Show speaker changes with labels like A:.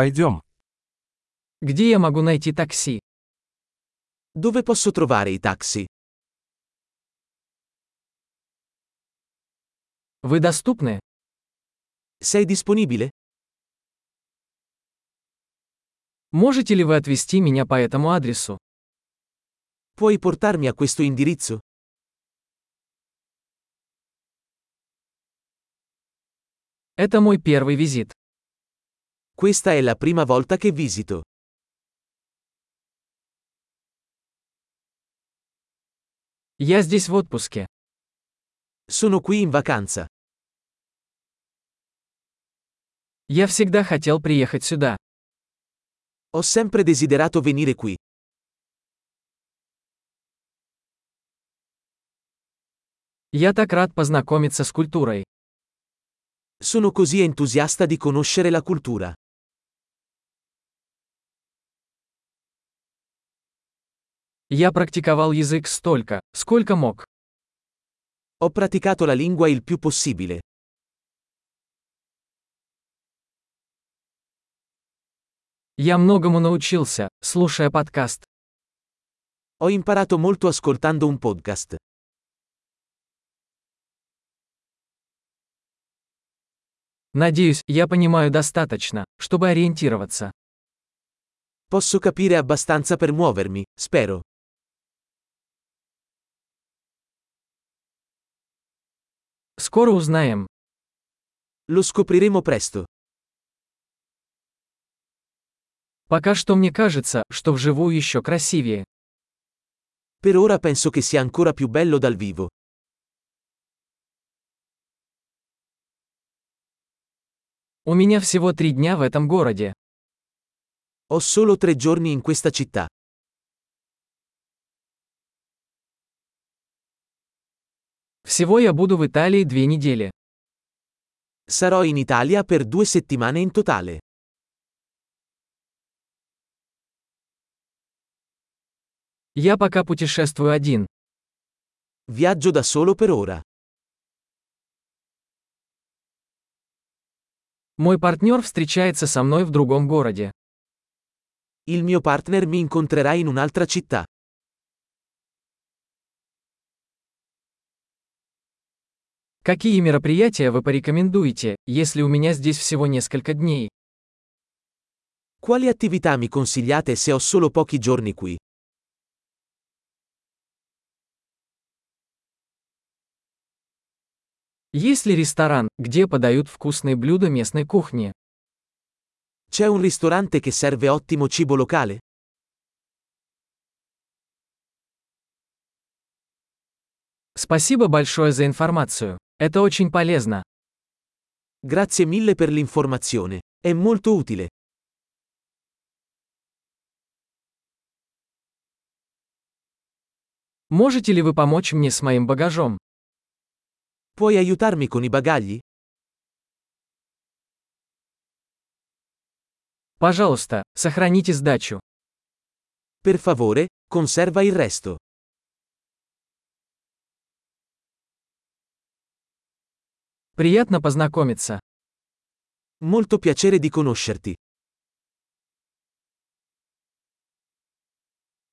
A: Пойдем.
B: Где я могу найти такси?
C: Dove posso trovare i taxi?
B: Вы доступны?
C: Sei disponibile?
B: Можете ли вы отвезти меня по этому адресу?
C: Puoi portarmi a questo indirizzo?
B: Это мой первый визит.
C: Questa è la prima volta che visito.
B: Я здесь в отпуске.
C: Sono qui in vacanza.
B: Я всегда хотел приехать сюда.
C: Ho sempre desiderato venire qui.
B: Я так рад познакомиться с культурой.
C: Sono così entusiasta di conoscere la cultura.
B: Я практиковал язык столько, сколько мог.
C: Ho praticato la lingua il più possibile.
B: Я многому научился, слушая подкаст.
C: Ho imparato molto ascoltando un podcast.
B: Надеюсь, я понимаю достаточно, чтобы ориентироваться.
C: Posso capire abbastanza per muovermi, spero.
B: Скоро узнаем.
C: Lo scopriremo presto.
B: Пока что мне кажется, что вживую еще красивее.
C: Per ora penso che sia ancora più bello dal vivo.
B: У меня всего три дня в этом городе.
C: Ho solo tre giorni in questa città.
B: Всего я буду в Италии две недели.
C: Sarò in Italia per due settimane in totale.
B: Я пока путешествую один.
C: Viaggio da solo per ora.
B: Мой партнер встречается со мной в другом городе.
C: Il mio partner mi incontrerà in un'altra città.
B: Какие мероприятия вы порекомендуете, если у меня здесь всего несколько дней?
C: Quali attività mi consigliate se ho solo pochi giorni qui?
B: Есть ли ресторан, где подают вкусные блюда местной кухни?
C: C'è un ristorante che serve ottimo cibo locale?
B: Спасибо большое за информацию. Это очень полезно.
C: Grazie mille per l'informazione. È molto utile.
B: Можете ли вы помочь мне с моим багажом?
C: Puoi aiutarmi con i bagagli?
B: Пожалуйста, сохраните сдачу.
C: Per favore, conserva il resto.
B: Приятно познакомиться.
C: Molto piacere di conoscerti.